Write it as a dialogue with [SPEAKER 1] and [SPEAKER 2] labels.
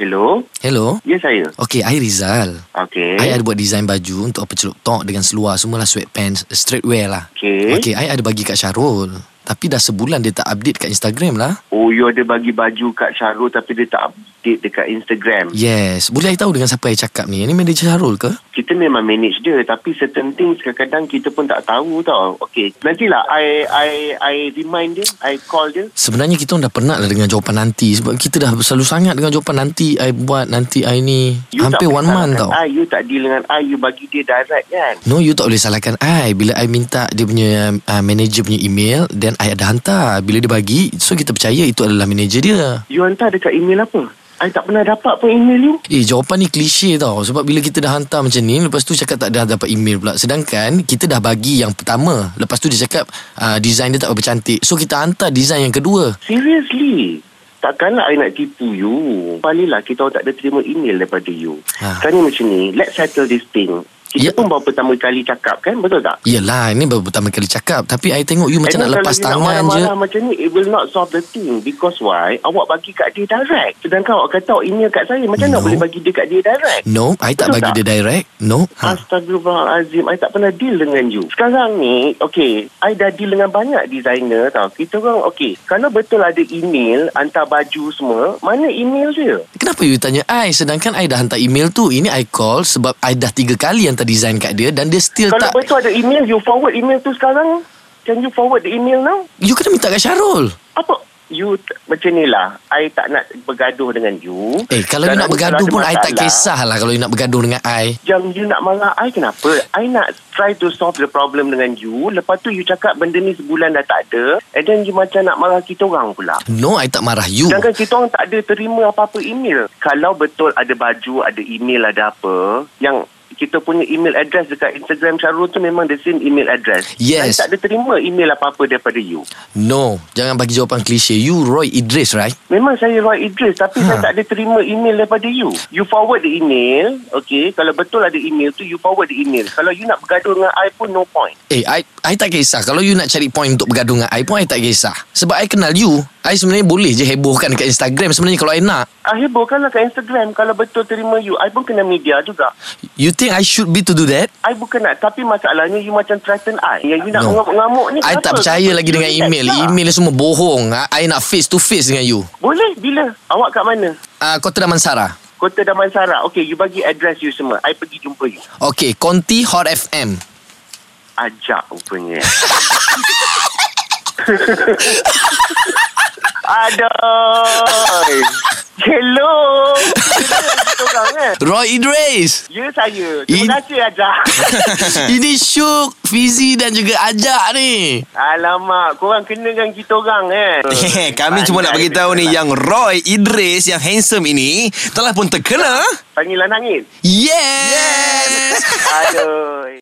[SPEAKER 1] Hello.
[SPEAKER 2] Hello.
[SPEAKER 1] Ya saya.
[SPEAKER 2] Okey, I Rizal.
[SPEAKER 1] Okey.
[SPEAKER 2] I ada buat design baju untuk peceluk tok dengan seluar semualah sweatpants, straight wear lah.
[SPEAKER 1] Okey.
[SPEAKER 2] Okey, I ada bagi kat Syarul. Tapi dah sebulan dia tak update kat Instagram lah.
[SPEAKER 1] Oh, you ada bagi baju kat Syarul tapi dia tak update dekat Instagram.
[SPEAKER 2] Yes, boleh I tahu dengan siapa I cakap ni? Ni manager Syarul ke?
[SPEAKER 1] Kita memang manage dia tapi certain things kadang-kadang kita pun tak tahu tau. Okey, nantilah I I I remind dia, I call dia.
[SPEAKER 2] Sebenarnya kita orang dah penat lah dengan jawapan nanti Sebab kita dah selalu sangat dengan jawapan nanti I buat nanti I ni
[SPEAKER 1] You
[SPEAKER 2] Hampir
[SPEAKER 1] tak
[SPEAKER 2] one month
[SPEAKER 1] persalahkan
[SPEAKER 2] tau
[SPEAKER 1] I, you tak deal dengan I, you bagi dia direct kan.
[SPEAKER 2] No you tak boleh salahkan I Bila I minta dia punya uh, Manager punya email Then I ada hantar Bila dia bagi So kita percaya itu adalah manager dia
[SPEAKER 1] You hantar dekat email apa? I tak pernah dapat pun email you.
[SPEAKER 2] Eh jawapan ni klise tau Sebab bila kita dah hantar macam ni Lepas tu cakap tak dah dapat email pula Sedangkan kita dah bagi yang pertama Lepas tu dia cakap uh, Design dia tak apa cantik So kita hantar design yang kedua
[SPEAKER 1] Seriously. Takkanlah I nak tipu you. Palinlah kita orang tak ada terima email daripada you. Ha.
[SPEAKER 2] Ha.
[SPEAKER 1] Sekarang ni macam ni, let's settle this thing. Kita
[SPEAKER 2] Ya.
[SPEAKER 1] yeah. pun baru pertama kali cakap kan, betul tak?
[SPEAKER 2] Yelah ini baru pertama kali cakap Tapi I tengok you
[SPEAKER 1] And
[SPEAKER 2] macam nak
[SPEAKER 1] then
[SPEAKER 2] lepas
[SPEAKER 1] kalau you Eh, nak
[SPEAKER 2] tangan je
[SPEAKER 1] marah-marah macam ni, it will not solve the thing. Because why? Awak bagi kat dia direct. Sedangkan awak kata awak email kat saya. Macam mana
[SPEAKER 2] No.
[SPEAKER 1] boleh bagi dia kat dia direct?
[SPEAKER 2] No, I
[SPEAKER 1] Betul
[SPEAKER 2] tak bagi
[SPEAKER 1] tak? Ah.
[SPEAKER 2] dia direct. No. Ha.
[SPEAKER 1] Astagfirullahalazim I tak pernah deal dengan you Sekarang ni Okay I dah deal dengan banyak designer tau Kita orang Okay Kalau betul ada email Hantar baju semua Mana email dia
[SPEAKER 2] Kenapa you tanya I sedangkan I dah hantar email tu. Ini I call sebab I dah tiga kali hantar design kat dia dan dia still
[SPEAKER 1] Kalau
[SPEAKER 2] tak.
[SPEAKER 1] betul ada email You forward email tu sekarang Can you forward the email now
[SPEAKER 2] You kena minta kat Syarul.
[SPEAKER 1] Apa You t- Macam ni lah I tak nak bergaduh dengan you
[SPEAKER 2] Eh, kalau
[SPEAKER 1] Kalau
[SPEAKER 2] you nak
[SPEAKER 1] ada-
[SPEAKER 2] bergaduh
[SPEAKER 1] kalau
[SPEAKER 2] pun
[SPEAKER 1] ada
[SPEAKER 2] I tak
[SPEAKER 1] masalah,
[SPEAKER 2] kisah lah kalau you nak bergaduh dengan I.
[SPEAKER 1] Yang you nak marah I kenapa? I nak try to solve the problem dengan you. Lepas tu you cakap benda ni sebulan dah tak ada. And then you macam nak marah kita orang pula.
[SPEAKER 2] No, I tak marah you.
[SPEAKER 1] Sedangkan kita orang tak ada terima apa-apa email. Kalau betul ada baju, ada email, ada apa. Yang kita punya email address dekat Instagram Syarul tu memang the same email address.
[SPEAKER 2] Yes.
[SPEAKER 1] I tak ada terima email apa-apa daripada you.
[SPEAKER 2] No, jangan bagi jawapan klise. You Roy Idris, right?
[SPEAKER 1] Memang saya Roy Idris tapi saya
[SPEAKER 2] Ha.
[SPEAKER 1] tak ada terima email daripada you. You forward the email, okay. Kalau betul ada email tu, you forward the email. Kalau you nak bergaduh dengan I pun no point.
[SPEAKER 2] Eh, I, I tak kisah. Kalau you nak cari point untuk bergaduh dengan I pun I tak kisah. Sebab I kenal you. I sebenarnya boleh je hebohkan kat Instagram sebenarnya kalau I nak.
[SPEAKER 1] Ah, hebohkanlah kat Instagram kalau betul terima you. I pun kena media juga.
[SPEAKER 2] You think I should be to do that?
[SPEAKER 1] I bukan nak tapi masalahnya you macam threaten I. Yang you nak
[SPEAKER 2] No.
[SPEAKER 1] mengamuk-ngamuk ni
[SPEAKER 2] I tak percaya lagi dengan
[SPEAKER 1] You
[SPEAKER 2] email.
[SPEAKER 1] relax lah.
[SPEAKER 2] Email ni semua bohong. I, I nak face to face dengan you.
[SPEAKER 1] Boleh bila? Awak kat mana?
[SPEAKER 2] Uh, Kota Damansara.
[SPEAKER 1] Kota Damansara. Okay, you bagi address you semua. I pergi jumpa you.
[SPEAKER 2] Okay, Conti Hot FM.
[SPEAKER 1] Ajak rupanya. Aduh. Hello. Kita orang kan?
[SPEAKER 2] Roy Idris.
[SPEAKER 1] Ya saya.
[SPEAKER 2] In-
[SPEAKER 1] Terima kasih Ajak.
[SPEAKER 2] Ini Syuk, Fizi dan juga Ajak ni.
[SPEAKER 1] Alamak, korang kena dengan kita orang kan?
[SPEAKER 3] Hehe, Eh, Kami cuma nak beritahu ni
[SPEAKER 2] ya.
[SPEAKER 3] yang Roy Idris yang handsome ini
[SPEAKER 1] lah
[SPEAKER 3] telah pun terkena.
[SPEAKER 1] Tangilah nangis.
[SPEAKER 2] Yes. yes.
[SPEAKER 1] Aduh.